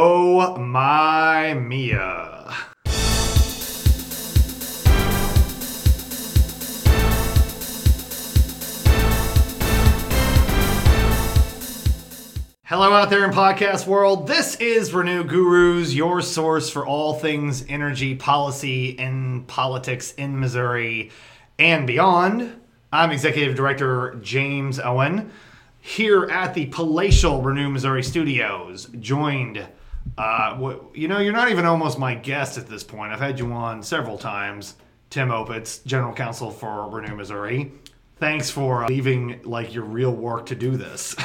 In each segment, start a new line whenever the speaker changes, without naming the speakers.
Oh my Mia. Hello, out there in podcast world. This is Renew Gurus, your source for all things energy policy and politics in Missouri and beyond. I'm Executive Director James Owen here at the Palatial Renew Missouri Studios, joined. Uh, wh- you know, you're not even almost my guest at this point. I've had you on several times. Tim Opitz, General Counsel for Renew Missouri. Thanks for uh, leaving like your real work to do this.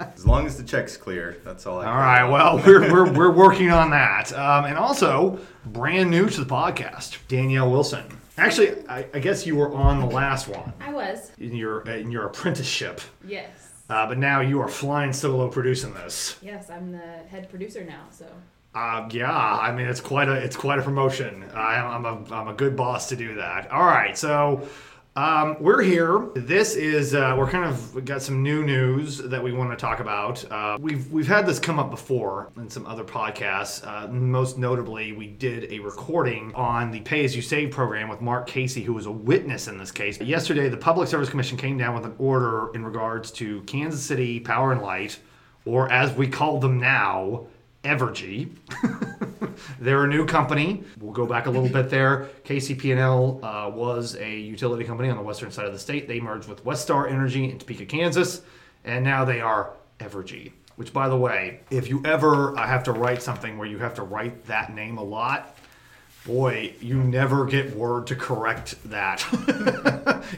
As long as the check's clear, that's all I
All right. Well, we're, we're, we're working on that. Um, and also, brand new to the podcast, Danielle Wilson. Actually, I, I guess you were on the last one
I was.
in your in your apprenticeship,
Yes.
uh, but now you are flying solo producing this.
Yes, I'm the head producer now, so
Uh, yeah, I mean it's quite a it's quite a promotion. I, I'm a I'm a good boss to do that. All right, so um, we're here. This is uh, we're kind of we've got some new news that we want to talk about. Uh, we've we've had this come up before in some other podcasts. Uh, most notably, we did a recording on the Pay As You Save program with Mark Casey, who was a witness in this case. Yesterday, the Public Service Commission came down with an order in regards to Kansas City Power and Light or as we call them now, Evergy. They're a new company. We'll go back a little bit there. KCP&L uh, was a utility company on the western side of the state. They merged with Weststar Energy in Topeka, Kansas, and now they are Evergy. Which, by the way, if you ever uh, have to write something where you have to write that name a lot, boy, you never get word to correct that.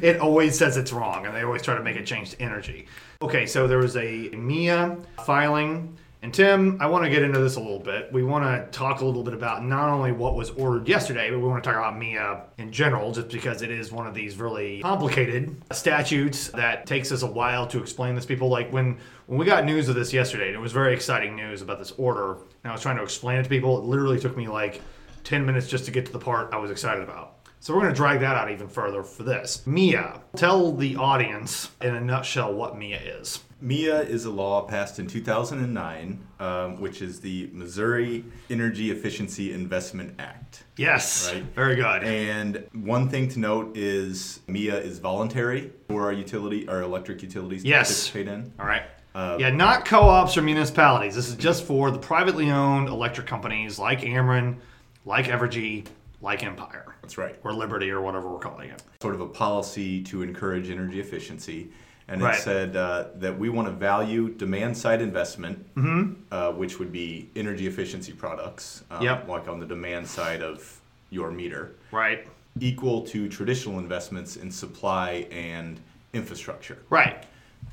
it always says it's wrong, and they always try to make it change to energy. Okay, so there was a MIA filing. And Tim, I want to get into this a little bit. We want to talk a little bit about not only what was ordered yesterday, but we want to talk about MIA in general, just because it is one of these really complicated statutes that takes us a while to explain this. People like when when we got news of this yesterday, and it was very exciting news about this order. And I was trying to explain it to people. It literally took me like 10 minutes just to get to the part I was excited about. So we're going to drag that out even further for this. Mia, tell the audience in a nutshell what Mia is.
MIA is a law passed in 2009, um, which is the Missouri Energy Efficiency Investment Act.
Yes.
Right.
Very good.
And one thing to note is MIA is voluntary for our utility, our electric utilities
Yes.
to participate in.
All right.
Uh,
yeah, not co-ops or municipalities. This is just for the privately owned electric companies like Ameren, like Evergy, like Empire,
That's right.
or Liberty, or whatever we're calling it.
Sort of a policy to encourage energy efficiency. And
Right.
it said uh, that we want to value demand side investment,
Mm-hmm.
uh, which would be energy efficiency products, um,
Yep.
like on the demand side of your meter.
Right.
equal to traditional investments in supply and infrastructure,
Right.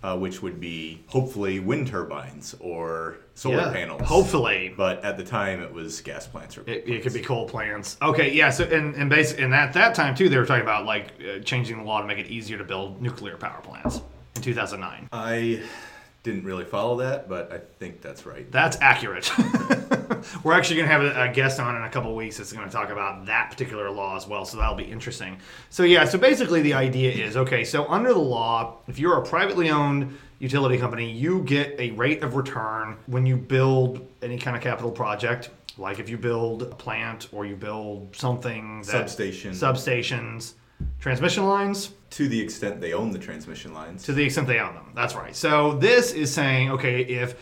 uh, which would be hopefully wind turbines or solar
Yeah.
panels.
Hopefully.
But at the time, it was gas plants. Or
It, it could be coal plants. Okay, yeah. So and and basically, and at that time too, they were talking about like uh, changing the law to make it easier to build nuclear power plants in 2009.
I didn't really follow that, but I think that's right.
That's accurate. We're actually going to have a, a guest on in a couple weeks that's going to talk about that particular law as well, so that'll be interesting. So, yeah, so basically the idea is okay, so under the law, if you're a privately owned utility company, you get a rate of return when you build any kind of capital project. Like if you build a plant or you build something that
Substation.
substations, transmission lines,
To the extent they own the transmission lines.
to the extent they own them. That's right. So this is saying, okay, if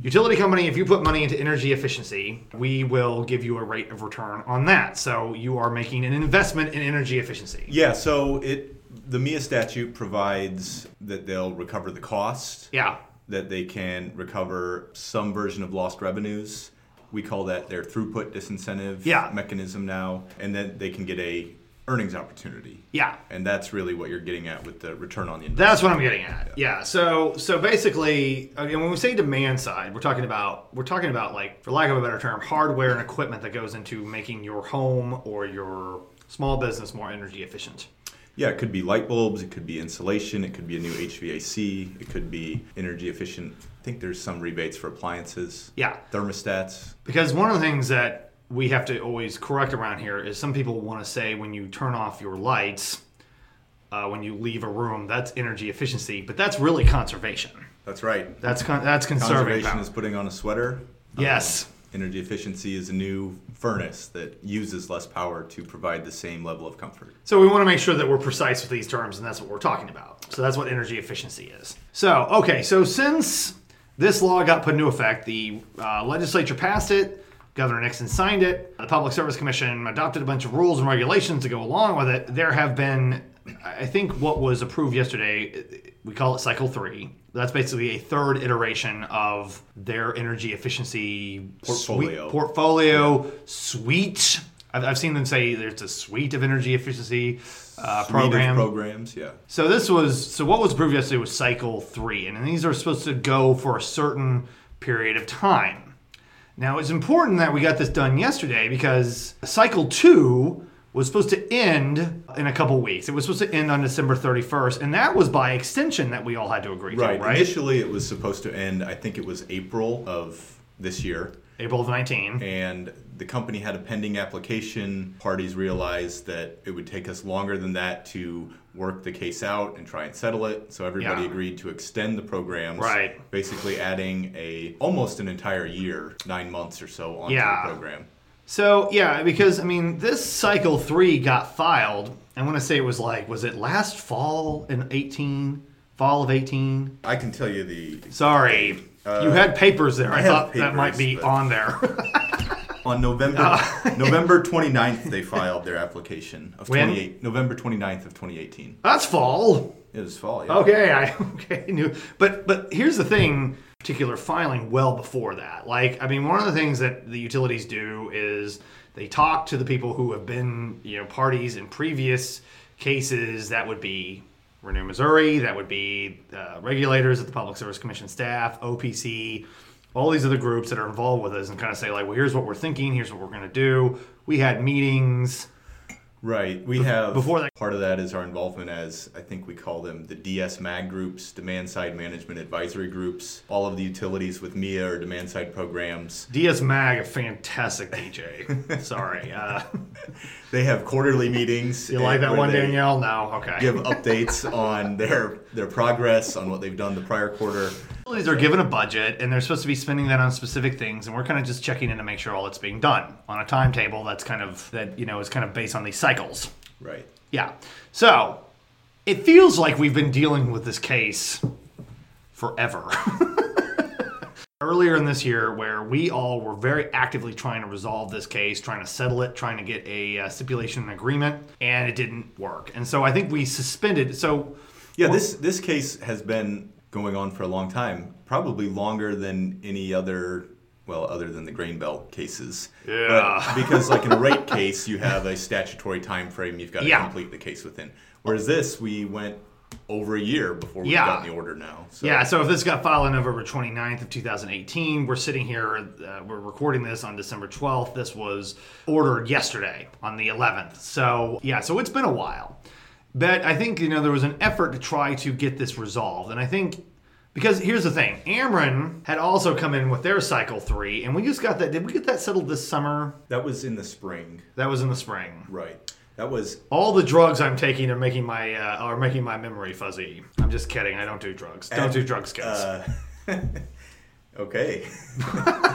utility company, if you put money into energy efficiency, we will give you a rate of return on that. So you are making an investment in energy efficiency.
yeah, so it the MIA statute provides that they'll recover the cost.
Yeah.
that they can recover some version of lost revenues. We call that their throughput disincentive
Yeah.
mechanism now, and then they can get a earnings opportunity.
Yeah.
And that's really what you're getting at with the return on the investment.
That's what I'm getting at. Yeah. So so basically, I mean, when we say demand side, we're talking about we're talking about like, for lack of a better term, hardware and equipment that goes into making your home or your small business more energy efficient.
Yeah, it could be light bulbs, it could be insulation, it could be a new HVAC, it could be energy efficient. I think there's some rebates for appliances.
Yeah.
Thermostats.
Because one of the things that we have to always correct around here is some people want to say when you turn off your lights, uh, when you leave a room, that's energy efficiency, but that's really conservation.
That's right.
That's con- that's conserving
Conservation
power.
is putting on a sweater. Um,
Yes.
Energy efficiency is a new furnace that uses less power to provide the same level of comfort.
So we want to make sure that we're precise with these terms, and that's what we're talking about. So that's what energy efficiency is. So okay, so since this law got put into effect, the uh, legislature passed it. Governor Nixon signed it. The Public Service Commission adopted a bunch of rules and regulations to go along with it. There have been, I think, what was approved yesterday. We call it Cycle Three. That's basically a third iteration of their energy efficiency
Portfolio.
por- portfolio suite. I've, I've seen them say there's a suite of energy efficiency uh,
Suite of
program.
programs, yeah.
so this was so what was approved yesterday was cycle three, and these are supposed to go for a certain period of time. Now it's important that we got this done yesterday because cycle two was supposed to end in a couple weeks. It was supposed to end on December 31st, and that was by extension that we all had to agree
Right.
to, right?
Initially, it was supposed to end. I think it was April of this year.
April of 19.
and the company had a pending application. Parties realized that it would take us longer than that to work the case out and try and settle it. So everybody
Yeah.
agreed to extend the programs,
Right.
Basically, adding a almost an entire year, nine months or so onto
Yeah.
the program.
So yeah, because I mean, this cycle three got filed. I want to say it was like, was it last fall in eighteen? Fall of eighteen.
I can tell you the
Sorry, you had papers there. I,
Uh, I have
thought that might
papers,
be
but-
on there.
on November November 29th they filed their application of
When?
28 November 29th of 2018.
That's fall.
It was fall. Yeah.
Okay, I okay knew. But but here's the thing: particular filing well before that. Like I mean, one of the things that the utilities do is they talk to the people who have been you know parties in previous cases. That would be Renew Missouri. That would be uh, regulators at the Public Service Commission staff, OPC. All these other groups that are involved with us and kind of say like, well, here's what we're thinking, here's what we're going to do. We had meetings.
Right. We have
before that-
part of that is our involvement as I think we call them the DS Mag groups, demand side management advisory groups. All of the utilities with MIA or demand side programs.
DS Mag, a fantastic DJ. Sorry, uh,
They have quarterly meetings.
you like
and
that
where
one,
they
Danielle? No, okay.
Give updates on their their progress on what they've done the prior quarter.
Utilities are given a budget and they're supposed to be spending that on specific things, and we're kind of just checking in to make sure all it's being done on a timetable that's kind of that you know is kind of based on these cycles.
Right.
Yeah. So it feels like we've been dealing with this case forever. Earlier in this year, where we all were very actively trying to resolve this case, trying to settle it, trying to get a uh, stipulation and agreement, and it didn't work. And so I think we suspended. So
Yeah, this this case has been going on for a long time, probably longer than any other, well, other than the grain belt cases.
Yeah.
But because like in a rate case, you have a statutory time frame you've got to
Yeah.
complete the case within. Whereas this, we went over a year before we
Yeah.
have got the order now. So
Yeah, so if this got filed on November 29th of 2018, we're sitting here, uh, we're recording this on December 12th. This was ordered yesterday on the 11th. So, yeah, so it's been a while. But I think, you know, there was an effort to try to get this resolved. And I think, because here's the thing Ameren had also come in with their cycle three, and we just got that. Did we get that settled this summer?
that was in the spring,
That was in the spring.
right? That was
All the drugs I'm taking are making my uh, are making my memory fuzzy. I'm just kidding. I don't do drugs. Don't do drugs, guys.
uh, okay.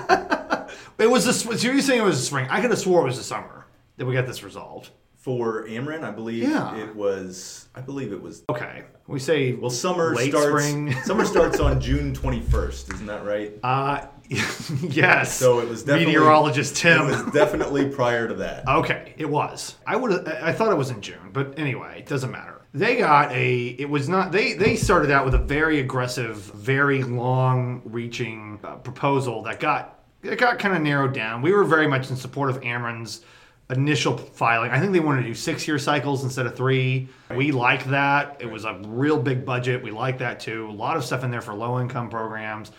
It was the sw- so you're saying it was the spring. I could have swore it was the summer that we got this resolved.
For Ameren, I believe
Yeah.
it was. I believe it was.
Okay, we say
Well, summer
Late
starts.
spring.
summer starts on June twenty first, isn't that right?
Uh, yes.
So it was definitely-
meteorologist Tim. Uh,
It was definitely prior to that.
okay, it was. I would. I I thought it was in June, but anyway, it doesn't matter. They got a. It was not. They they started out with a very aggressive, very long-reaching uh, proposal that got it got kind of narrowed down. We were very much in support of Ameren's initial filing. I think they wanted to do six year cycles instead of three. We like that. It was a real big budget. We like that too. A lot of stuff in there for low income programs,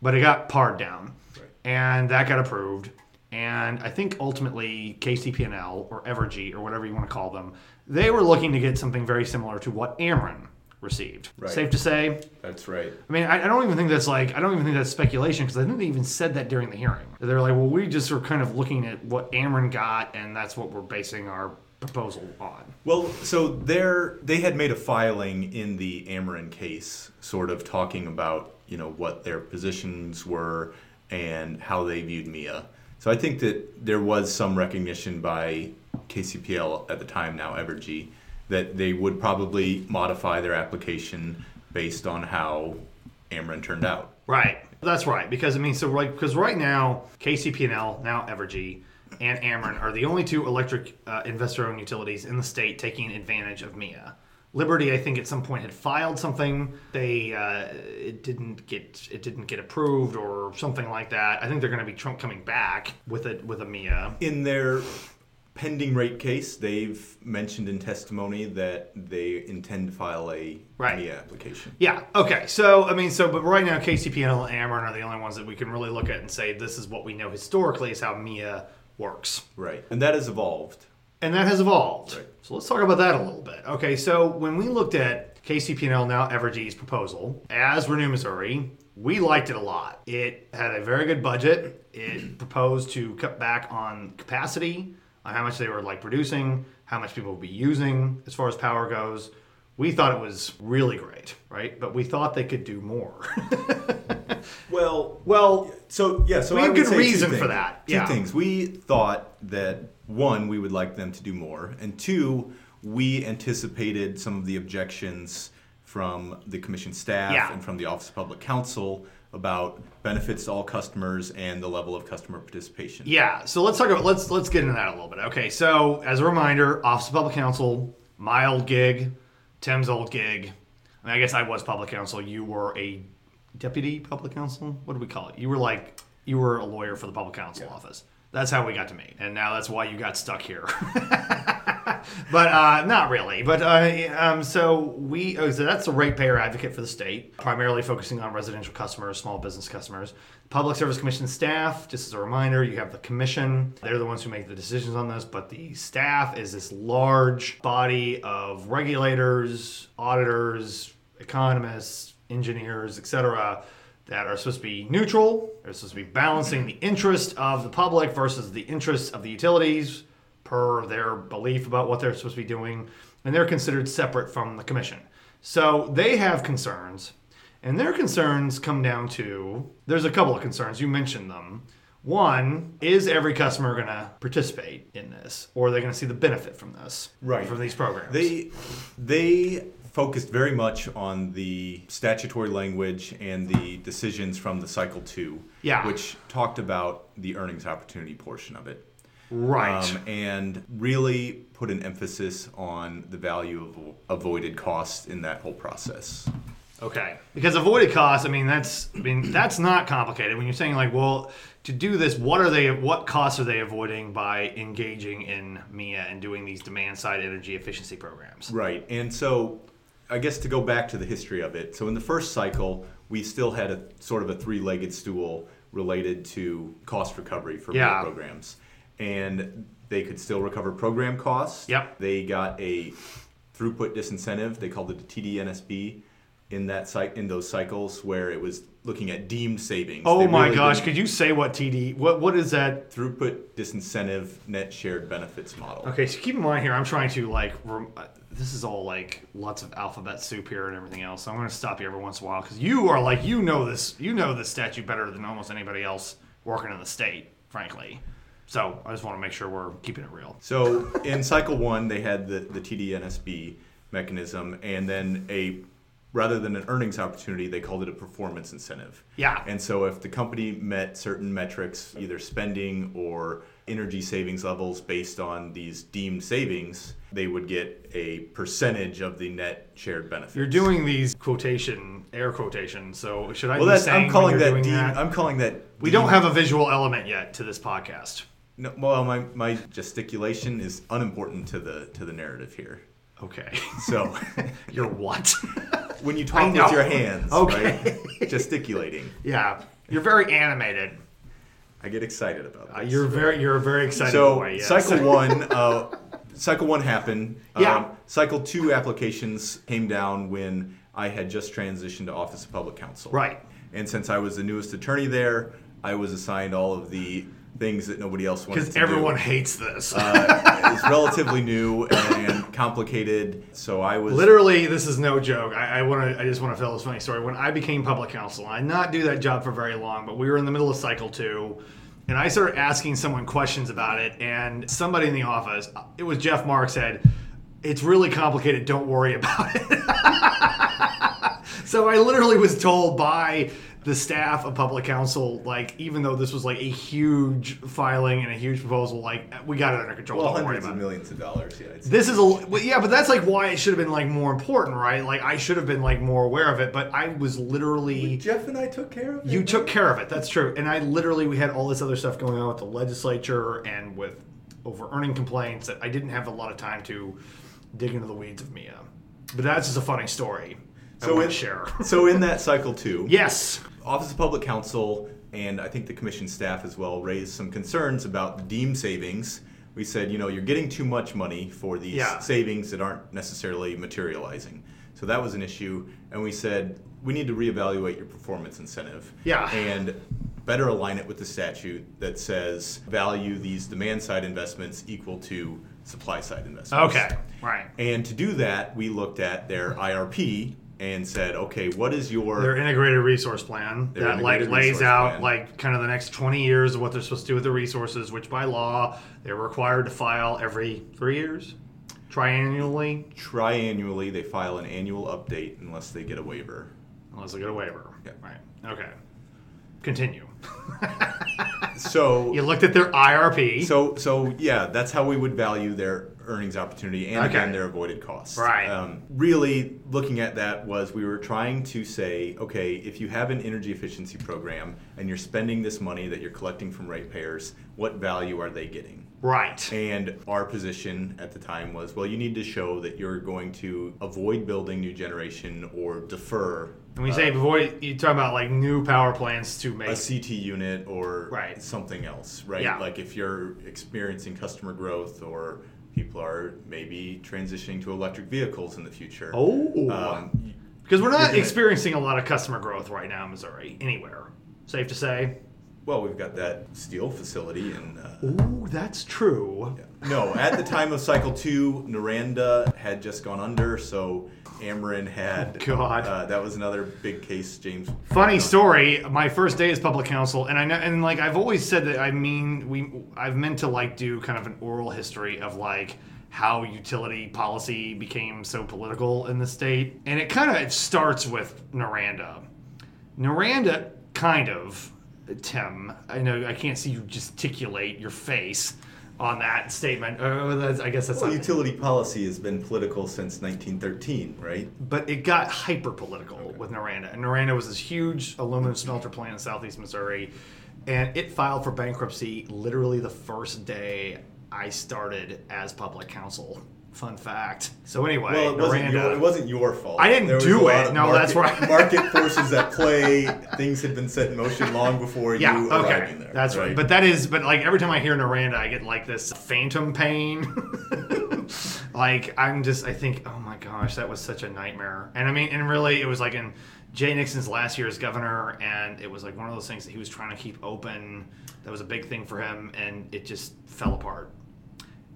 but it got pared down. And that got approved. And I think ultimately KCP&L or Evergy or whatever you want to call them, they were looking to get something very similar to what Ameren received.
Right.
Safe to say,
That's right.
I mean, I, I don't even think that's like I don't even think that's speculation because I think they even said that during the hearing. They're like, well, we just are kind of looking at what Ameren got, and that's what we're basing our proposal on.
Well, so there they had made a filing in the Ameren case, sort of talking about you know what their positions were, and how they viewed Mia. So I think that there was some recognition by KCPL at the time, now Evergy, that they would probably modify their application based on how Ameren turned out.
Right. That's right. Because I mean, so right because right now KCP&L, now Evergy, and Ameren are the only two electric uh, investor-owned utilities in the state taking advantage of MIA. Liberty, I think, at some point had filed something. They uh, it didn't get it didn't get approved or something like that. I think they're going to be Trump coming back with it with a MIA.
In their pending rate case, they've mentioned in testimony that they intend to file a
Right.
MIA application.
Yeah. Okay. So I mean, so but right now, KCPL and Ameren are the only ones that we can really look at and say this is what we know historically is how MIA works.
Right. And that has evolved.
and that has evolved.
Right.
So let's talk about that a little bit. Okay, so when we looked at KCP&L now Evergy's proposal as Renew Missouri, we liked it a lot. It had a very good budget. It proposed to cut back on capacity, on how much they were like producing, how much people would be using as far as power goes. We thought it was really great, right? But we thought they could do more.
Well,
well,
So yeah, so
We
I
have
would
good
say two
reason for
things-
that,
Two
yeah.
things. We thought that one, we would like them to do more, and two, we anticipated some of the objections from the commission staff
Yeah.
and from the Office of Public Counsel about benefits to all customers and the level of customer participation.
Yeah, so let's talk about let's let's get into that a little bit. Okay, so as a reminder, Office of Public Counsel, my old gig, Tim's old gig. I mean, I guess I was public counsel. You were a deputy public counsel. What do we call it? You were like you were a lawyer for the public counsel office. That's how we got to meet, and now that's why you got stuck here. but uh, not really. But uh, um, so we oh, so that's a ratepayer advocate for the state, primarily focusing on residential customers, small business customers, public service commission staff. Just as a reminder, you have the commission; they're the ones who make the decisions on this. But the staff is this large body of regulators, auditors, economists, engineers, etc. That are supposed to be neutral. They're supposed to be balancing the interest of the public versus the interests of the utilities, per their belief about what they're supposed to be doing, and they're considered separate from the commission. So they have concerns, and their concerns come down to there's a couple of concerns. You mentioned them. One is every customer going to participate in this, or are they going to see the benefit from this,
Right.
From these programs?
They they focused very much on the statutory language and the decisions from the cycle two,
Yeah.
which talked about the earnings opportunity portion of it.
right.
um, and really put an emphasis on the value of avo- avoided costs in that whole process.
Okay. Because avoided costs, I mean, that's I mean, that's not complicated. When you're saying like, well, to do this, what are they what costs are they avoiding by engaging in MIA and doing these demand side energy efficiency programs?
Right. And so, I guess to go back to the history of it, so in the first cycle, we still had a sort of a three legged stool related to cost recovery for
Yeah.
meal programs. And they could still recover program costs.
Yep.
They got a throughput disincentive, they called it a TDNSB. In that site, in those cycles where it was looking at deemed savings.
Oh
They
my
really
gosh,
didn't-
could you say what TD what what is that?
throughput disincentive net shared benefits model.
Okay, so keep in mind here, I'm trying to like rem- uh, this is all like lots of alphabet soup here and everything else. So I'm going to stop you every once in a while cuz you are like you know this, you know this statute better than almost anybody else working in the state, frankly. So, I just want to make sure we're keeping it real.
So in cycle one, they had the, the TDNSB mechanism, and then a rather than an earnings opportunity, they called it a performance incentive.
Yeah.
And so if the company met certain metrics, either spending or energy savings levels based on these deemed savings, they would get a percentage of the net shared benefits.
You're doing these quotation air quotations, so should I
well.
be
That's
saying
I'm calling
when you're
that
doing
deemed.
that?
I'm calling that.
we don't
deemed-
have a visual element yet to this podcast.
No, well, my, my gesticulation is unimportant to the to the narrative here.
Okay,
So
you're what?
when you
I
talk
know.
with your hands,
Okay.
right, gesticulating,
yeah, you're very animated.
I get excited about
Uh,
that.
you're very, you're a very excited.
so
boy, yes.
cycle one, uh, cycle one happened. Um,
Yeah.
cycle two applications came down when I had just transitioned to Office of Public Counsel.
Right.
And since I was the newest attorney there, I was assigned all of the things that nobody else wanted to
because
do.
everyone hates this.
uh, it's relatively new and complicated, so I was
Literally, this is no joke. I, I want to. I just want to tell this funny story. When I became public counsel, I did not do that job for very long, but we were in the middle of cycle two, and I started asking someone questions about it, and somebody in the office, it was Jeff Mark, said, "It's really complicated. Don't worry about it." so I literally was told by the staff of public counsel, like even though this was like a huge filing and a huge proposal, like we got it under control.
well,
Don't worry
hundreds
about
of
it.
millions of dollars. Yeah, it's,
This is a well, yeah, but that's like why it should have been like more important, right? Like I should have been like more aware of it, but I was literally
Jeff and I took care of it.
you took care of it. That's true. And I literally we had all this other stuff going on with the legislature and with over earning complaints that I didn't have a lot of time to dig into the weeds of Mia. But that's just a funny story. I
So
want
it-
to share.
So in that cycle too,
yes.
Office of Public Counsel and I think the commission staff as well raised some concerns about the deem savings. We said, you know, you're getting too much money for these
Yeah.
savings that aren't necessarily materializing. So that was an issue, and we said we need to reevaluate your performance incentive.
Yeah.
And better align it with the statute that says value these demand side investments equal to supply side investments.
Okay. Right.
And to do that, we looked at their IRP and said, okay, what is your
Their integrated resource plan
Their
that like
integrated
lays
resource
out
plan.
like kind of the next 20 years of what they're supposed to do with the resources, which by law they're required to file every three years, triannually,
triannually they file an annual update unless they get a waiver
unless they get a waiver.
Yeah.
Right. Okay. Continue. You
so
looked at their IRP.
so so yeah that's how we would value their earnings opportunity and
Okay.
again their avoided costs
Right.
um, really looking at that was we were trying to say okay if you have an energy efficiency program and you're spending this money that you're collecting from ratepayers what value are they getting
right.
And our position at the time was, well, you need to show that you're going to avoid building new generation or defer
And we say avoid you talk about like new power plants to make
Uh, a CT unit or
Right.
something else, right?
Yeah.
Like if you're experiencing customer growth or people are maybe transitioning to electric vehicles in the future.
Oh.
Um,
because we're
you're
not
gonna-
experiencing a lot of customer growth right now in Missouri anywhere. Safe to say.
well, we've got that steel facility and. Uh,
Ooh, that's true.
no, at the time of cycle two, Naranda had just gone under, so Ameren had.
Oh, God.
Uh, that was another big case, James.
Funny story. My first day as public counsel, and I know, and like I've always said that I mean we. I've meant to like do kind of an oral history of like how utility policy became so political in the state, and it kind of it starts with Naranda. Naranda, kind of, Tim. I know I can't see you gesticulate your face on that statement. Oh, that's, I guess that's
Well,
not
utility policy has been political since 1913, right?
but it got hyper political with Noranda. And Noranda was this huge aluminum smelter plant in southeast Missouri, and it filed for bankruptcy literally the first day I started as public counsel. Fun fact. So anyway,
Well, it wasn't,
Noranda-
your, it wasn't your fault.
I didn't
There was
do
a lot
it.
of
No, that's
market-
right.
market forces at play. Things had been set in motion long before
yeah,
you
okay,
arriving there.
that's right. But that is, but like every time I hear Noranda, I get like this phantom pain. like I'm just, I think, oh my gosh, that was such a nightmare. And I mean, and really, it was like in Jay Nixon's last year as governor, and it was like one of those things that he was trying to keep open. That was a big thing for him, and it just fell apart.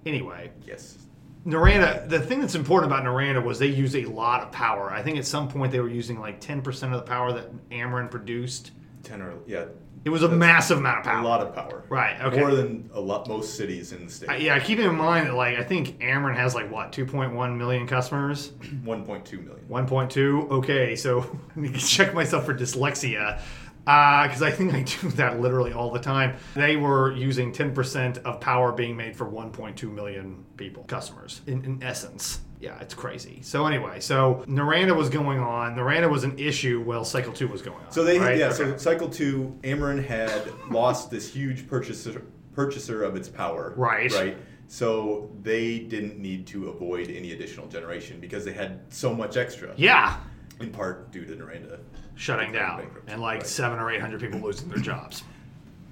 Anyway,
yes,
Naranda, the thing that's important about Naranda was they used a lot of power. I think at some point they were using like 10% of the power that Ameren produced.
ten or yeah,
It was a
That's
massive amount of power.
a lot of power.
Right, okay.
More than a lot most cities in the state.
Uh, yeah, keeping in mind that like I think Ameren has like what 2.1 million customers,
1.2 million.
1.2. Okay, so I need to check myself for dyslexia because I think I do that literally all the time. They were using 10% of power being made for 1.2 million people customers in, in essence. Yeah, it's crazy. So anyway, so Naranda was going on. Naranda was an issue while Cycle Two was going on.
So they
right?
yeah.
Okay.
So cycle two, Ameren had lost this huge purchaser purchaser of its power.
Right.
Right. So they didn't need to avoid any additional generation because they had so much extra.
yeah,
In part due to Naranda.
shutting
Declaring
down
bankruptcy,
and like
right.
seven or eight hundred people losing their jobs.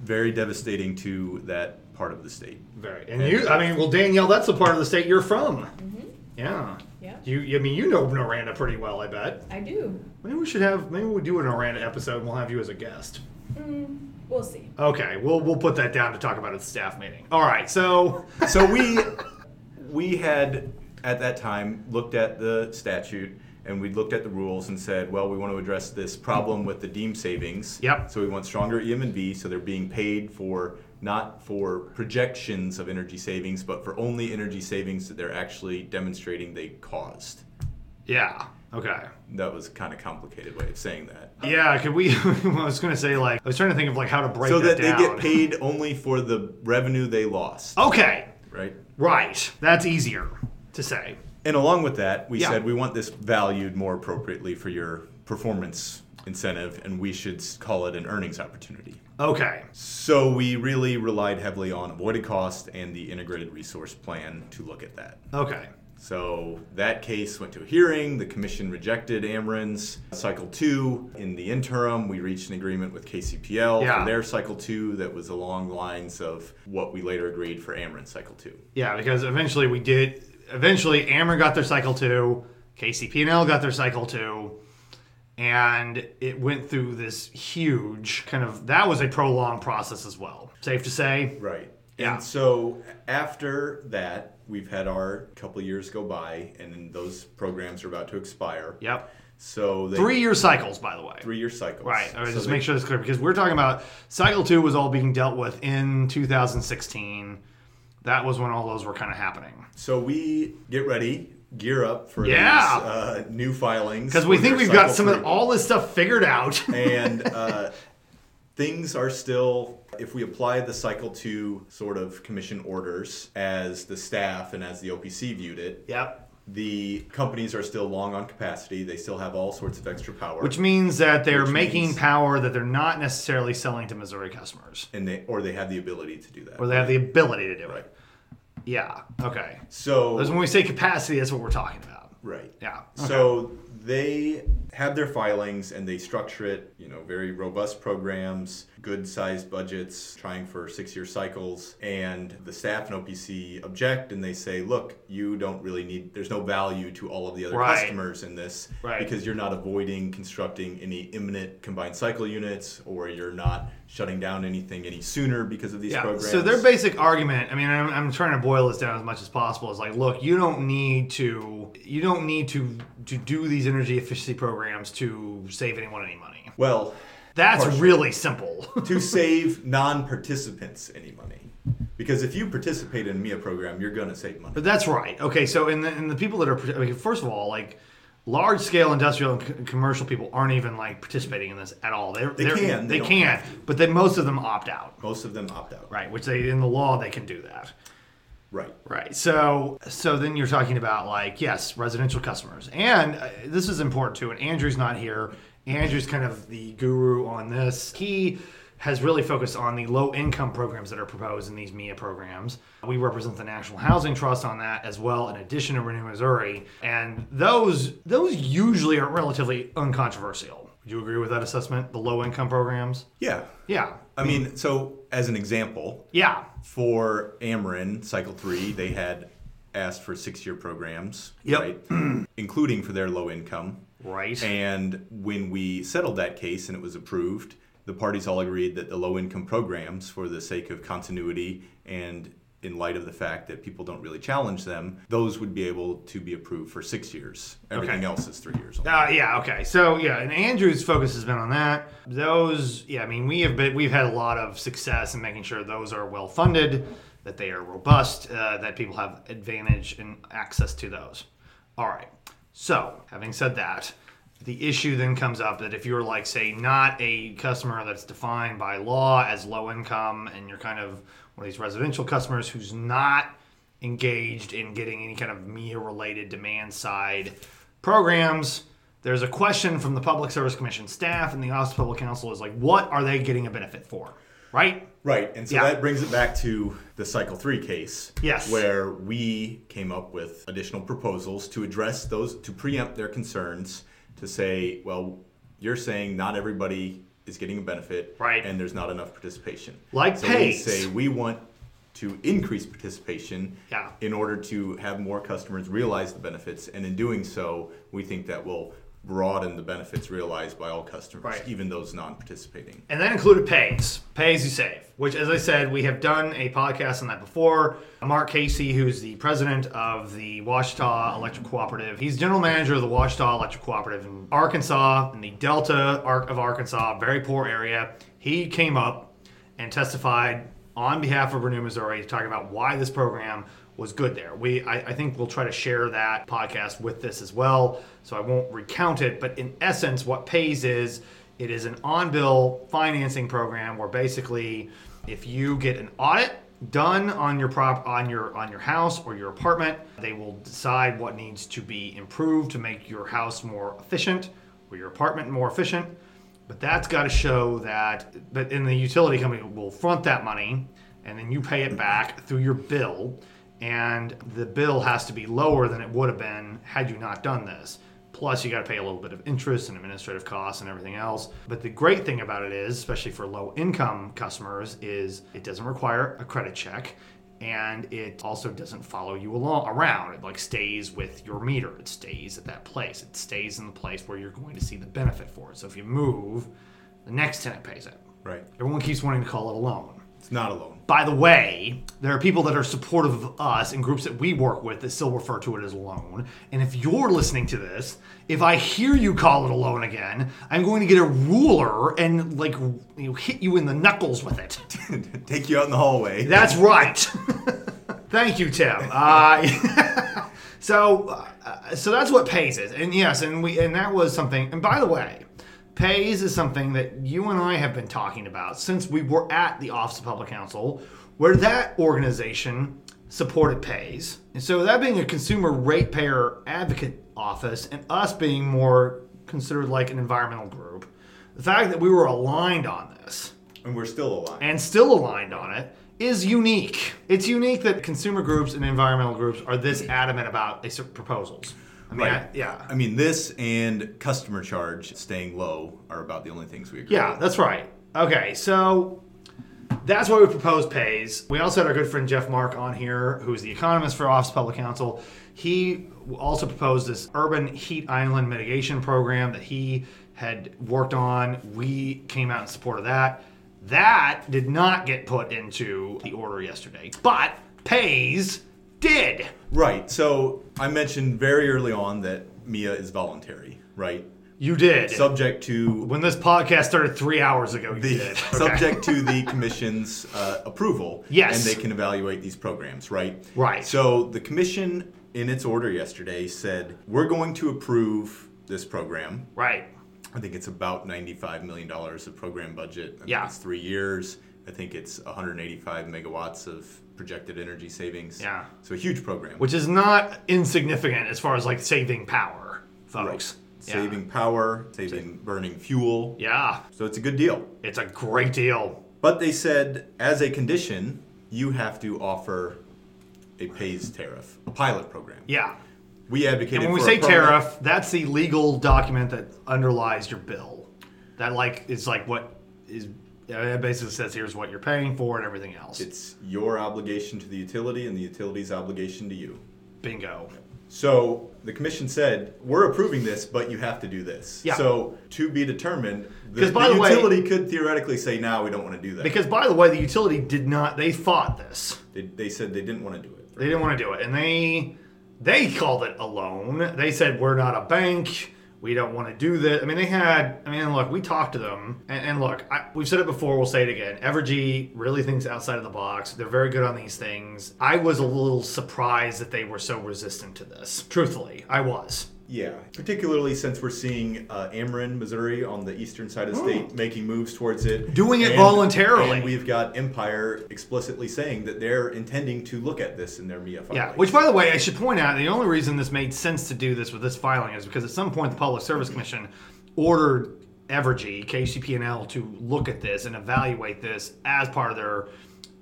Very devastating to that part of the state.
Very. And you, I mean, well, Danielle, that's the part of the state you're from. Yeah.
Yeah.
You, I mean, you know Noranda pretty well, I bet.
I do.
Maybe we should have, maybe we'll do an Noranda episode and we'll have you as a guest.
Mm, We'll see.
Okay, we'll we'll put that down to talk about at the staff meeting. All right, so
So we we had at that time looked at the statute and we looked at the rules and said, well, we want to address this problem with the deem savings.
Yep.
So we want stronger EM and B, so they're being paid for not for projections of energy savings, but for only energy savings that they're actually demonstrating they caused.
yeah, okay.
That was kind of complicated way of saying that.
Yeah, could we? I was gonna say like I was trying to think of like how to break
so that, they
down. Oh.
get paid only for the revenue they lost,
Okay,
right?
right. That's easier to say.
And along with that, we
Yeah.
said we want this valued more appropriately for your performance incentive, and we should s- call it an earnings opportunity.
Okay,
So we really relied heavily on avoided cost and the integrated resource plan to look at that.
okay,
So that case went to a hearing. The commission rejected Amrin's cycle two. In the interim, we reached an agreement with KCPL
Yeah.
for their cycle two that was along the lines of what we later agreed for Amrin's cycle two.
yeah. Because eventually we did. Eventually, Amron got their cycle two. KCP&L got their cycle two. And it went through this huge kind of that was a prolonged process as well. Safe to say,
Right.
Yeah.
And so after that, we've had our couple years go by, and then those programs are about to expire.
yep.
So they,
Three year cycles, by the way.
three-year cycles.
Right. I
So
just
they-
make sure that's clear because we're talking about cycle two was all being dealt with in 2016. That was when all those were kind of happening
So we get ready, gear up for
Yeah.
these uh, new filings
because we
for
think
their
we've got
cycle
some
three.
of all this stuff figured out.
and uh, things are still if we apply the cycle two sort of commission orders as the staff and as the opc viewed it
yep.
the companies are still long on capacity they still have all sorts of extra power
Which means that they're
Which
making
means-
power that they're not necessarily selling to Missouri customers,
and they or they have the ability to do that
or they have the ability to do
right
it. Yeah. Okay.
so
Because when we say capacity, that's what we're talking about.
right
Yeah.
So they have their filings and they structure it, you know, very robust programs, good sized budgets, trying for six year cycles. And the staff and OPC object and they say, look, you don't really need, there's no value to all of the other
Right.
customers in this
Right.
because you're not avoiding constructing any imminent combined cycle units or you're not shutting down anything any sooner because of these
Yeah.
programs.
So their basic argument, I mean, I'm, I'm trying to boil this down as much as possible. Is like, look, you don't need to, you don't need to to do these energy efficiency programs to save anyone any money.
well,
That's
Partially.
really simple.
to save non-participants any money because if you participate in a mia program you're going to save money
but that's right. Okay. So in the and the people that are, I mean, first of all, like. Large scale industrial and c- commercial people aren't even like participating in this at all. They're, they
can, they
They,
don't
can. But then most of them opt out,
most of them opt out
right? Which they in the law they can do that.
right
Right. So so then you're talking about like yes, residential customers, and uh, this is important too. And Andrew's not here. Andrew's kind of the guru on this. He has really focused on the low income programs that are proposed in these MIA programs. We represent the National Housing Trust on that as well, in addition to Renew Missouri, and those those usually are relatively uncontroversial. Would you agree with that assessment? The low income programs.
yeah
Yeah.
i mean so as an example
Yeah.
for Ameren Cycle 3, they had asked for six year programs,
Yep.
right? including for their low income.
Right.
And when we settled that case and it was approved, the parties all agreed that the low income programs, for the sake of continuity and in light of the fact that people don't really challenge them, those would be able to be approved for six years. Everything
Okay.
else is three years. only.
Uh, yeah. Okay. So yeah, and Andrew's focus has been on that. Those. Yeah. I mean, we have been. We've had a lot of success in making sure those are well funded, that they are robust, uh, that people have advantage and access to those. All right. So having said that, the issue then comes up that if you're like say not a customer that's defined by law as low income, and you're kind of one of these residential customers who's not engaged in getting any kind of MIA related demand side programs. There's a question from the Public Service Commission staff and the Office of Public Counsel is like, what are they getting a benefit for? Right?
Right, and so
Yeah.
that brings it back to the cycle three case,
Yes.
where we came up with additional proposals to address those, to preempt their concerns, to say, well, you're saying not everybody is getting a benefit,
Right.
And there's not enough participation.
Like
so
PACE.
we say we want to increase participation,
Yeah.
in order to have more customers realize the benefits, and in doing so, we think that will broaden the benefits realized by all customers,
Right.
even those non-participating.
And that included pays, pay as you save, which, as I said, we have done a podcast on that before. Mark Casey, who's the president of the Washita Electric Cooperative, he's general manager of the Washita Electric Cooperative in Arkansas, in the Delta arc of Arkansas, very poor area. He came up and testified on behalf of Renew Missouri to talk about why this program was good there. We, I, I think we'll try to share that podcast with this as well, so I won't recount it. But in essence, what pays is it is an on bill financing program where basically, if you get an audit done on your prop on your on your house or your apartment, they will decide what needs to be improved to make your house more efficient or your apartment more efficient. But that's got to show that, but and the utility company will front that money, and then you pay it back through your bill, and the bill has to be lower than it would have been had you not done this. Plus, you got to pay a little bit of interest and administrative costs and everything else. But the great thing about it is, especially for low-income customers, is it doesn't require a credit check and it also doesn't follow you along around. It like stays with your meter. It stays at that place. It stays in the place where you're going to see the benefit for it. So if you move, the next tenant pays it.
Right.
Everyone keeps wanting to call it a loan.
It's not alone.
By the way, there are people that are supportive of us and groups that we work with that still refer to it as a loan. And if you're listening to this, if I hear you call it a loan again, I'm going to get a ruler and like you know, hit you in the knuckles with it.
Take you out in the hallway.
That's right. Thank you, Tim. Uh, so, uh, so that's what pays is, and yes, and we, and that was something. And by the way, pays is something that you and I have been talking about since we were at the Office of Public Counsel, where that organization supported pays. And so, that being a consumer ratepayer advocate office, and us being more considered like an environmental group, the fact that we were aligned on this
and we're still alive.
and still aligned on it is unique. It's unique that consumer groups and environmental groups are this adamant about these proposals. I mean,
Right.
I- yeah.
I mean, this and customer charge staying low are about the only things we agree.
Yeah, that's right. Okay, so that's why we proposed pays. We also had our good friend Jeff Mark on here, who's the economist for Office of Public Counsel. He also proposed this urban heat island mitigation program that he had worked on. We came out in support of that. That did not get put into the order yesterday, but pays did.
Right. So I mentioned very early on that MIA is voluntary, right?
You did.
Subject to
when this podcast started three hours ago, you
the
did. Okay.
subject to the commission's uh, approval.
Yes.
And they can evaluate these programs, right?
Right.
So the commission, in its order yesterday, said we're going to approve this program.
Right.
I think it's about ninety-five million dollars of program budget. I think
Yeah.
it's three years. I think it's one hundred eighty-five megawatts of projected energy savings.
Yeah.
so a huge program.
which is not insignificant as far as like saving power, folks. Yeah.
saving power, saving burning fuel.
Yeah,
So it's a good deal.
it's a great deal.
But they said as a condition, you have to offer a pays tariff, a pilot program.
Yeah.
We
And
advocated
when we
for
say
a program-
tariff, that's the legal document that underlies your bill. That like is like what is yeah, it basically says here's what you're paying for and everything else.
It's your obligation to the utility and the utility's obligation to you.
Bingo.
So the commission said, we're approving this, but you have to do this.
Yeah.
So to be determined,
'Cause by the way-
utility could theoretically say, now we don't want to do that.
Because by the way, the utility did not they fought this.
they, they said they didn't want to do it.
They didn't want to do it, and they they called it a loan. They said we're not a bank. We don't want to do this. I mean, they had. I mean, look, we talked to them, and, and look, I, we've said it before. We'll say it again. Evergy really thinks outside of the box. They're very good on these things. I was a little surprised that they were so resistant to this. Truthfully, I was.
Yeah, particularly since we're seeing uh, Ameren, Missouri, on the eastern side of the state, making moves towards it,
Oh. Doing it voluntarily.
And we've got Empire explicitly saying that they're intending to look at this in their E MIA filing.
Yeah, which by the way, I should point out the only reason this made sense to do this with this filing is because at some point the Public Service
Mm-hmm.
Commission ordered Evergy, KCP&L to look at this and evaluate this as part of their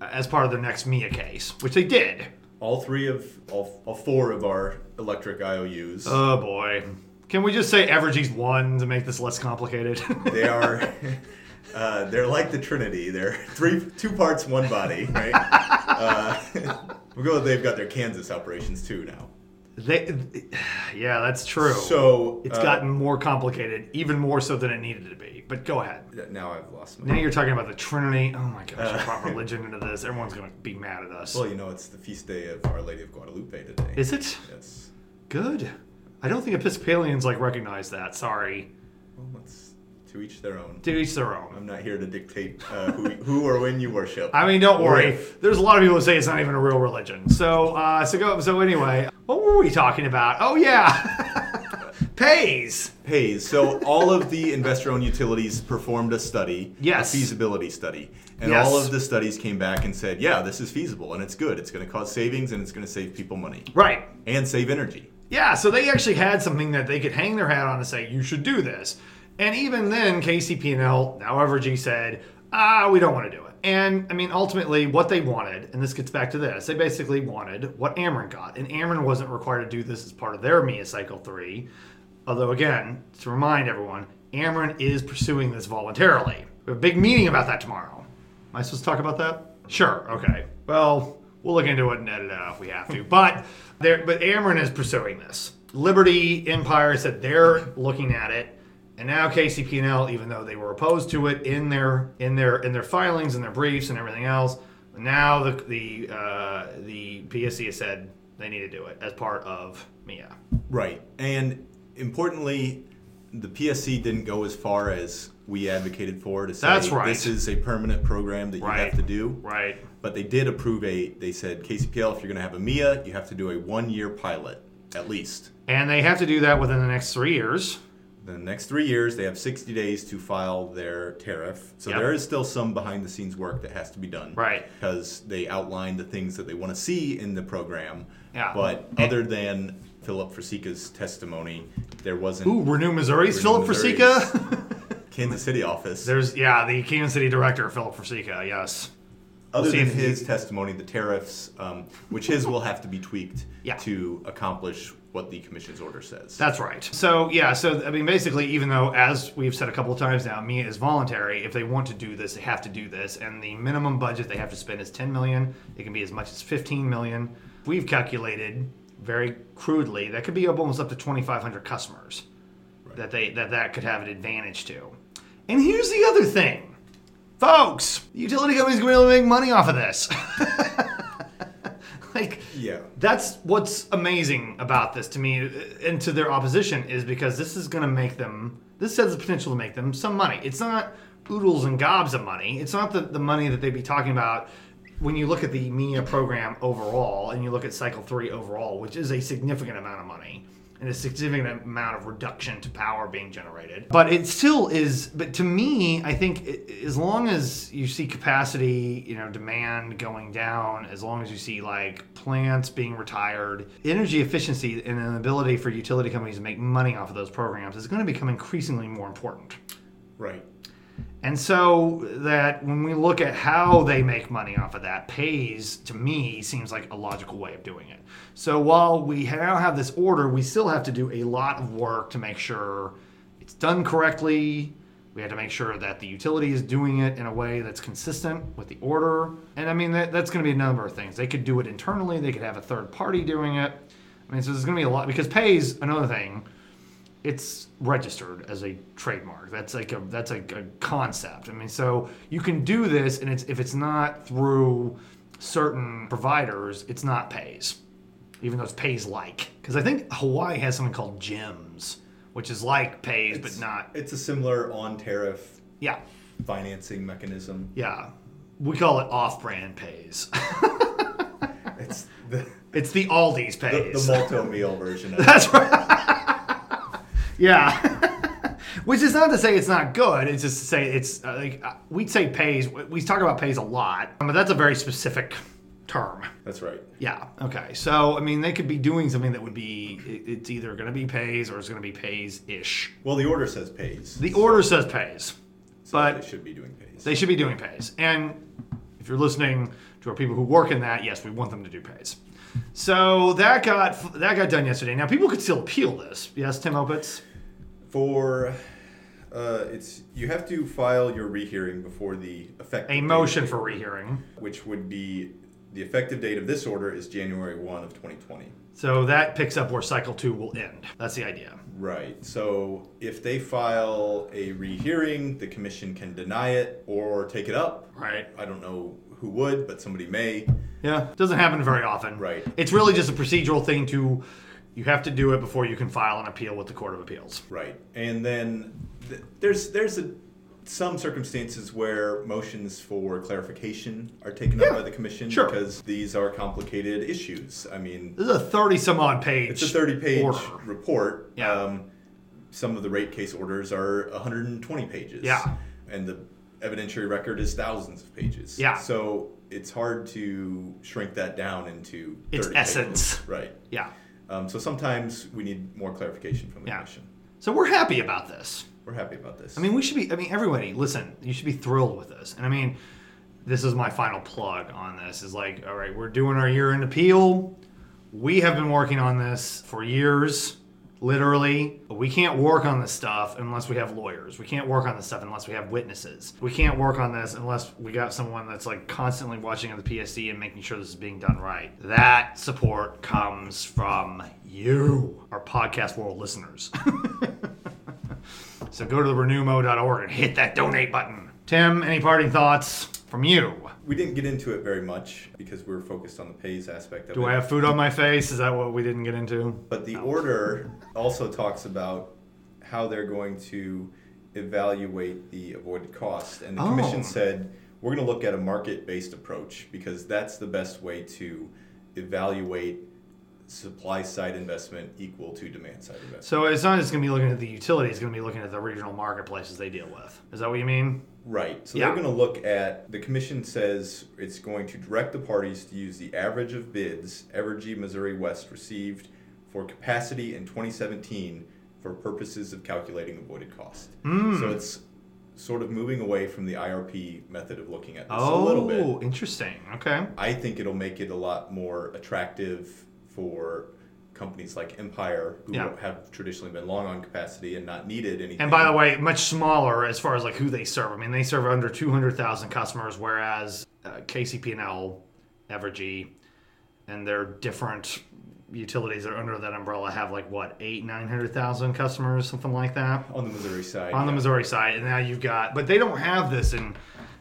as part of their next MIA case, which they did.
all three of all, all four of our electric IOUs,
Oh boy. Can we just say Evergy's one to make this less complicated?
they are. Uh, they're like the Trinity. They're three, two parts, one body, right? uh, we'll go. They've got their Kansas operations too now.
They, yeah, that's true.
So
it's
uh,
gotten more complicated, even more so than it needed to be. But go ahead.
now I've lost
Now
my.
you're talking about the Trinity. Oh my gosh, I brought religion into this. Everyone's gonna be mad at us.
Well, you know, it's the feast day of Our Lady of Guadalupe today.
Is it
Yes.
good? I don't think Episcopalians like recognize that. Sorry,
Well, that's to each their own.
to each their own.
I'm not here to dictate uh, who, who or when you worship.
I mean, don't
Or
worry.
if-
There's a lot of people who say it's not even a real religion. So, uh, so go. So anyway, what were we talking about? Oh yeah, pays.
Hey, so all of the investor-owned utilities performed a study,
Yes.
a feasibility study, and
Yes.
all of the studies came back and said, yeah, this is feasible and it's good. It's going to cause savings and it's going to save people money
Right.
and save energy.
Yeah. So they actually had something that they could hang their hat on and say you should do this. And even then, KCP&L, now Evergy, said, ah, we don't want to do it. And I mean, ultimately, what they wanted, and this gets back to this, they basically wanted what Ameren got, and Ameren wasn't required to do this as part of their MEA Cycle Three. Although, again, to remind everyone, Ameren is pursuing this voluntarily. We have a big meeting about that tomorrow. Am I supposed to talk about that? Sure. Okay. Well, we'll look into it and edit it out if we have to. But there, but Ameren is pursuing this. Liberty Empire said they're looking at it, and now KCP&L, even though they were opposed to it in their in their in their filings and their briefs and everything else, now the the uh, the PSC has said they need to do it as part of MIA.
Right. And importantly, the PSC didn't go as far as we advocated for to say
That's right.
this is a permanent program that you
Right.
have to do.
Right.
But they did approve a, they said, KCPL, if you're going to have a MIA, you have to do a one year pilot at least.
And they have to do that within the next three years.
The next three years, they have 60 days to file their tariff. So
Yep.
there is still some behind the scenes work that has to be done.
Right.
Because they outline the things that they want to see in the program.
Yeah.
But other than Philip Frasica's testimony, there wasn't
Ooh, Renew Missouri's
Renew
Philip
Missouri's.
Frasica.
Kansas City office.
There's yeah, the Kansas City director Philip Frasica. Yes.
other
see
than
if he-
his testimony, the tariffs, um, which his will have to be tweaked
Yeah.
to accomplish what the commission's order says.
That's right. So yeah, so I mean, basically, even though as we've said a couple of times now, Mia is voluntary. If they want to do this, they have to do this, and the minimum budget they have to spend is ten million. It can be as much as fifteen million. We've calculated very crudely that could be almost up to twenty five hundred customers that they that that could have an advantage to. And here's the other thing, folks: the utility companies going to be able to make money off of this. like
yeah.
that's what's amazing about this to me uh, and to their opposition is because this is going to make them this has the potential to make them some money it's not oodles and gobs of money it's not the, the money that they'd be talking about when you look at the mia program overall and you look at cycle 3 overall which is a significant amount of money and a significant amount of reduction to power being generated. But it still is. But to me, I think i as long as you see capacity, you know, demand going down, as long as you see like plants being retired, energy efficiency and an ability for utility companies to make money off of those programs is going to become increasingly more important.
Right.
And so that when we look at how they make money off of that, pays to me seems like a logical way of doing it. So while we now have this order, we still have to do a lot of work to make sure it's done correctly. We have to make sure that the utility is doing it in a way that's consistent with the order. And I mean, that, that's going to be a number of things. They could do it internally, they could have a third party doing it. I mean, so there's going to be a lot because pays, another thing, it's registered as a trademark. That's like a that's like a concept. I mean, so you can do this, and it's if it's not through certain providers, it's not pays, even though it's pays like. Because I think Hawaii has something called gems, which is like pays but not.
It's a similar on tariff
Yeah,
financing mechanism.
yeah. We call it off-brand pays.
It's the,
it's the Aldi's
the,
pays.
the Malto meal version of it.
That's right. yeah. Which is not to say it's not good. It's just to say it's uh, like uh, we'd say pays. We we talk about pays a lot, um, but that's a very specific term.
That's right.
Yeah. Okay. So I mean, they could be doing something that would be. it- It's either going to be pays or it's going to be pays ish.
Well, the order says pays.
The order says pays.
so
but-
they should be doing pays.
They should be doing pays. And if you're listening to our people who work in that, yes, we want them to do pays. So that got that got done yesterday. Now people could still appeal this. Yes, Tim Opitz.
For uh, it's you have to file your rehearing before the effective
a
date,
motion for rehearing.
which would be the effective date of this order is January 1 of 2020.
So that picks up where cycle two will end. That's the idea.
Right. So if they file a rehearing, the commission can deny it or take it up.
Right.
I don't know who would, but somebody may.
Yeah. Doesn't happen very often.
Right.
It's really just a procedural thing to, you have to do it before you can file an appeal with the Court of Appeals.
Right. And then th- there's there's a, some circumstances where motions for clarification are taken up
Yeah.
by the commission
Sure.
because these are complicated issues. I mean,
This is a 30 some odd page.
It's a 30 page
order.
report.
Yeah.
Um, some of the rate case orders are 120 pages.
Yeah.
And the evidentiary record is thousands of pages.
Yeah.
So it's hard to shrink that down into
Its
30 pages.
essence.
Right.
Yeah.
Um, so sometimes we need more clarification from the
Yeah.
commission.
So we're happy about this.
We're happy about this.
I mean, we should be. I mean, everybody, listen. You should be thrilled with this. And I mean, this is my final plug on this. Is like, all right, we're doing our year in appeal. We have been working on this for years, literally. We can't work on this stuff unless we have lawyers. We can't work on this stuff unless we have witnesses. We can't work on this unless we got someone that's like constantly watching the PSC and making sure this is being done right. That support comes from you, our podcast world listeners. So go to the renewmo.org and hit that donate button. Tim, any parting thoughts from you?
we didn't get into it very much because we were focused on the pays aspect of
Do
it.
I have food on my face? Is that what we didn't get into?
But the order also talks about how they're going to evaluate the avoided cost. And the
Oh.
commission said, we're going to look at a market based approach because that's the best way to evaluate supply side investment equal to demand side investment.
So it's not just going to be looking at the utility, it's going to be looking at the regional marketplaces they deal with. Is that what you mean?
Right. So
Yeah.
they're going to look at the commission says it's going to direct the parties to use the average of bids Evergy Missouri West received for capacity in 2017 for purposes of calculating avoided cost.
Hmm.
So it's sort of moving away from the IRP method of looking at this a little bit.
Oh, interesting. Okay.
I think it'll make it a lot more attractive for companies like Empire who
Yeah.
have traditionally been long on capacity and not needed anything.
And by the way, much smaller as far as like who they serve. I mean, they serve under 200,000 customers, whereas uh, KCP&L, Evergy, and their different utilities that are under that umbrella have like what eight, nine hundred thousand customers, something like that.
on the Missouri side.
on the
yeah.
Missouri side, and now you've got, but they don't have this in.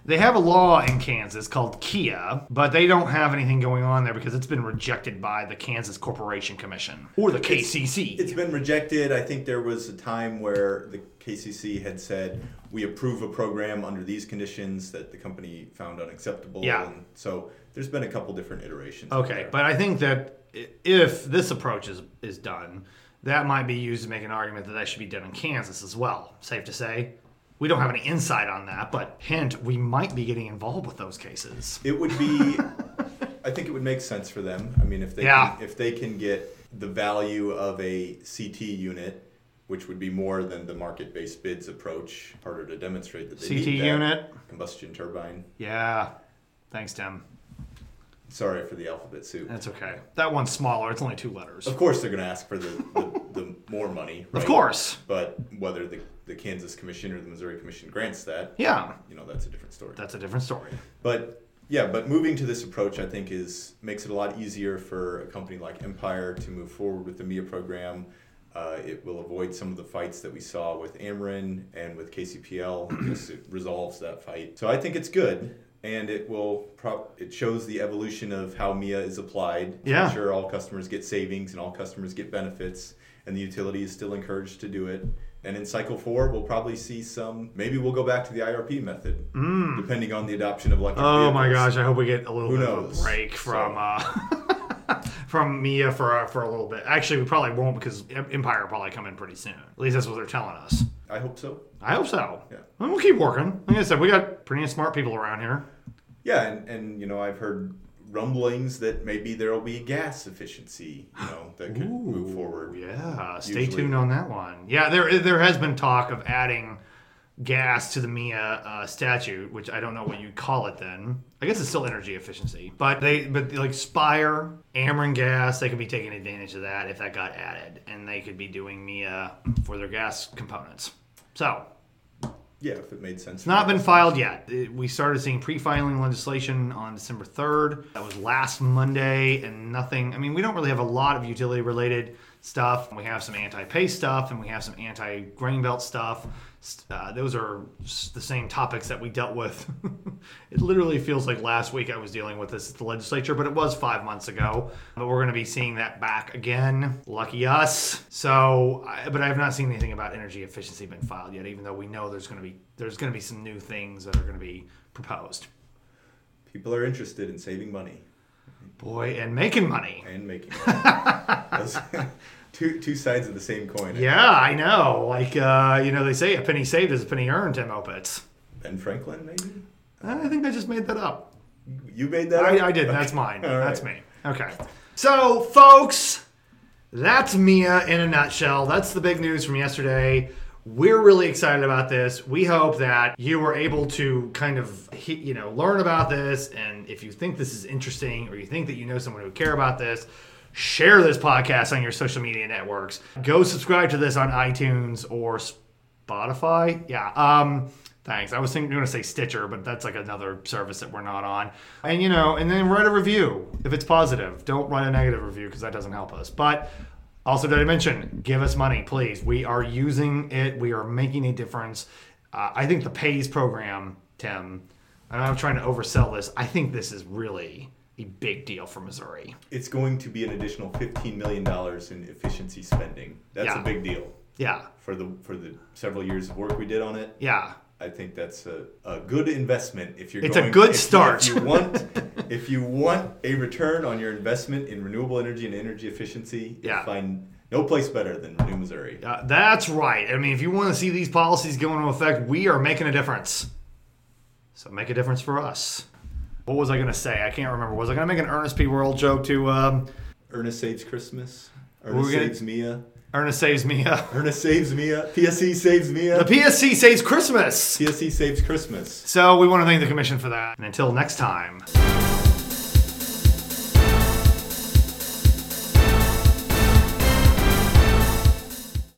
They have a law in Kansas called Kia, but they don't have anything going on there because it's been rejected by the Kansas Corporation Commission or the KCC.
It's been rejected. I think there was a time where the KCC had said, we approve a program under these conditions that the company found unacceptable.
Yeah.
And so there's been a couple different iterations. of
okay,
that.
but I think that i- if this approach is is done, that might be used to make an argument that that should be done in Kansas as well. Safe to say. We don't have any insight on that, but hint, we might be getting involved with those cases.
It would be, I think it would make sense for them. I mean, if they,
Yeah.
can, if they can get the value of a CT unit, which would be more than the market-based bids approach, harder to demonstrate that they
CT
need that.
unit.
combustion turbine.
Yeah. Thanks, Tim.
Sorry for the alphabet soup.
That's okay. That one's smaller, it's only two letters.
Of course, they're going to ask for the, the, the more money. Right?
Of course.
But whether the, the Kansas Commission or the Missouri Commission grants that,
Yeah.
you know, that's a different story.
That's a different story.
But yeah, but moving to this approach, I think, is makes it a lot easier for a company like Empire to move forward with the MIA program. Uh, it will avoid some of the fights that we saw with Ameren and with KCPL because it resolves that fight. So I think it's good, and it will pro- it shows the evolution of how MIA is applied. to
Yeah.
ensure all customers get savings and all customers get benefits, and the utility is still encouraged to do it. And in cycle four, we'll probably see some. Maybe we'll go back to the IRP method, depending on the adoption of electric.
Mm. Oh my
vehicles.
gosh! I hope we get a little
Who
bit of
knows?
a break from uh, from Mia for uh, for a little bit. Actually, we probably won't because Em- Empire will probably come in pretty soon. At least that's what they're telling us.
I hope so.
I hope so.
Yeah.
And we'll keep working. Like I said, we got pretty smart people around here.
Yeah, and, and you know I've heard rumblings that maybe there'll be gas efficiency, you know, that could move forward.
Yeah, stay
Usually-
tuned on that one. Yeah, there there has been talk of adding gas to the Mia uh, statute, which I don't know what you call it. Then I guess it's still energy efficiency, but they but like Spire, Ameren Gas, they could be taking advantage of that if that got added, and they could be doing Mia for their gas components. So
yeah, if it made sense.
It's not been filed yet. It- We started seeing pre-filing legislation on December 3rd. That was last Monday, and nothing. I mean, we don't really have a lot of utility-related stuff. We have some anti-pay stuff, and we have some anti-grain belt stuff. S- Uh, those are s- the same topics that we dealt with. it literally feels like last week I was dealing with this at the legislature, but it was five months ago. But we're going to be seeing that back again. Lucky us. So, I, but I have not seen anything about energy efficiency been filed yet. Even though we know there's going to be there's going to be some new things that are going to be proposed.
People are interested in saving money
Boy, and making money.
and making money. Those- two two sides of the same coin.
Yeah, I know. Like uh, you know, they say a penny saved is a penny earned. Tim Opitz.
Ben Franklin, maybe.
I think I just made that up.
You made that. up?
I, I did. That's
Okay.
mine.
All right.
That's me. Okay. So, folks, that's Mia in a nutshell. That's the big news from yesterday. We're really excited about this. We hope that you were able to kind of, he- you know, learn about this. And if you think this is interesting or you think that you know someone who would care about this, share this podcast on your social media networks. Go subscribe to this on iTunes or Spotify. Yeah. Um, thanks. I was thinking, going to say Stitcher, but that's like another service that we're not on. And you know, and then write a review if it's positive. Don't write a negative review because that doesn't help us. But also, did I mention give us money, please? We are using it. We are making a difference. Uh, I think the Pays program, Tim. and I'm trying to oversell this. I think this is really a big deal for Missouri.
It's going to be an additional fifteen million dollars in efficiency spending. That's
Yeah.
a big deal
Yeah.
for the for the several years of work we did on it.
Yeah.
I think that's a, a good investment if you're.
It's a
going,
good
if you-
start.
If you want, if you want a return on your investment in renewable energy and energy efficiency,
Yeah.
you find no place better than Renew Missouri.
Uh, that's right. I mean, if you want to see these policies go into effect, we are making a difference. So make a difference for us. What was I going to say? I can't remember. Was I going to make an Ernest P. World joke to um,
Ernest saves Christmas.
We're
Ernest
gonna-
saves Mia.
Ernest Saves Mia?
Ernest saves Mia. PSC saves
The
Mia.
PSC saves Christmas.
PSC saves Christmas.
So we want to thank the commission for that. And until next time.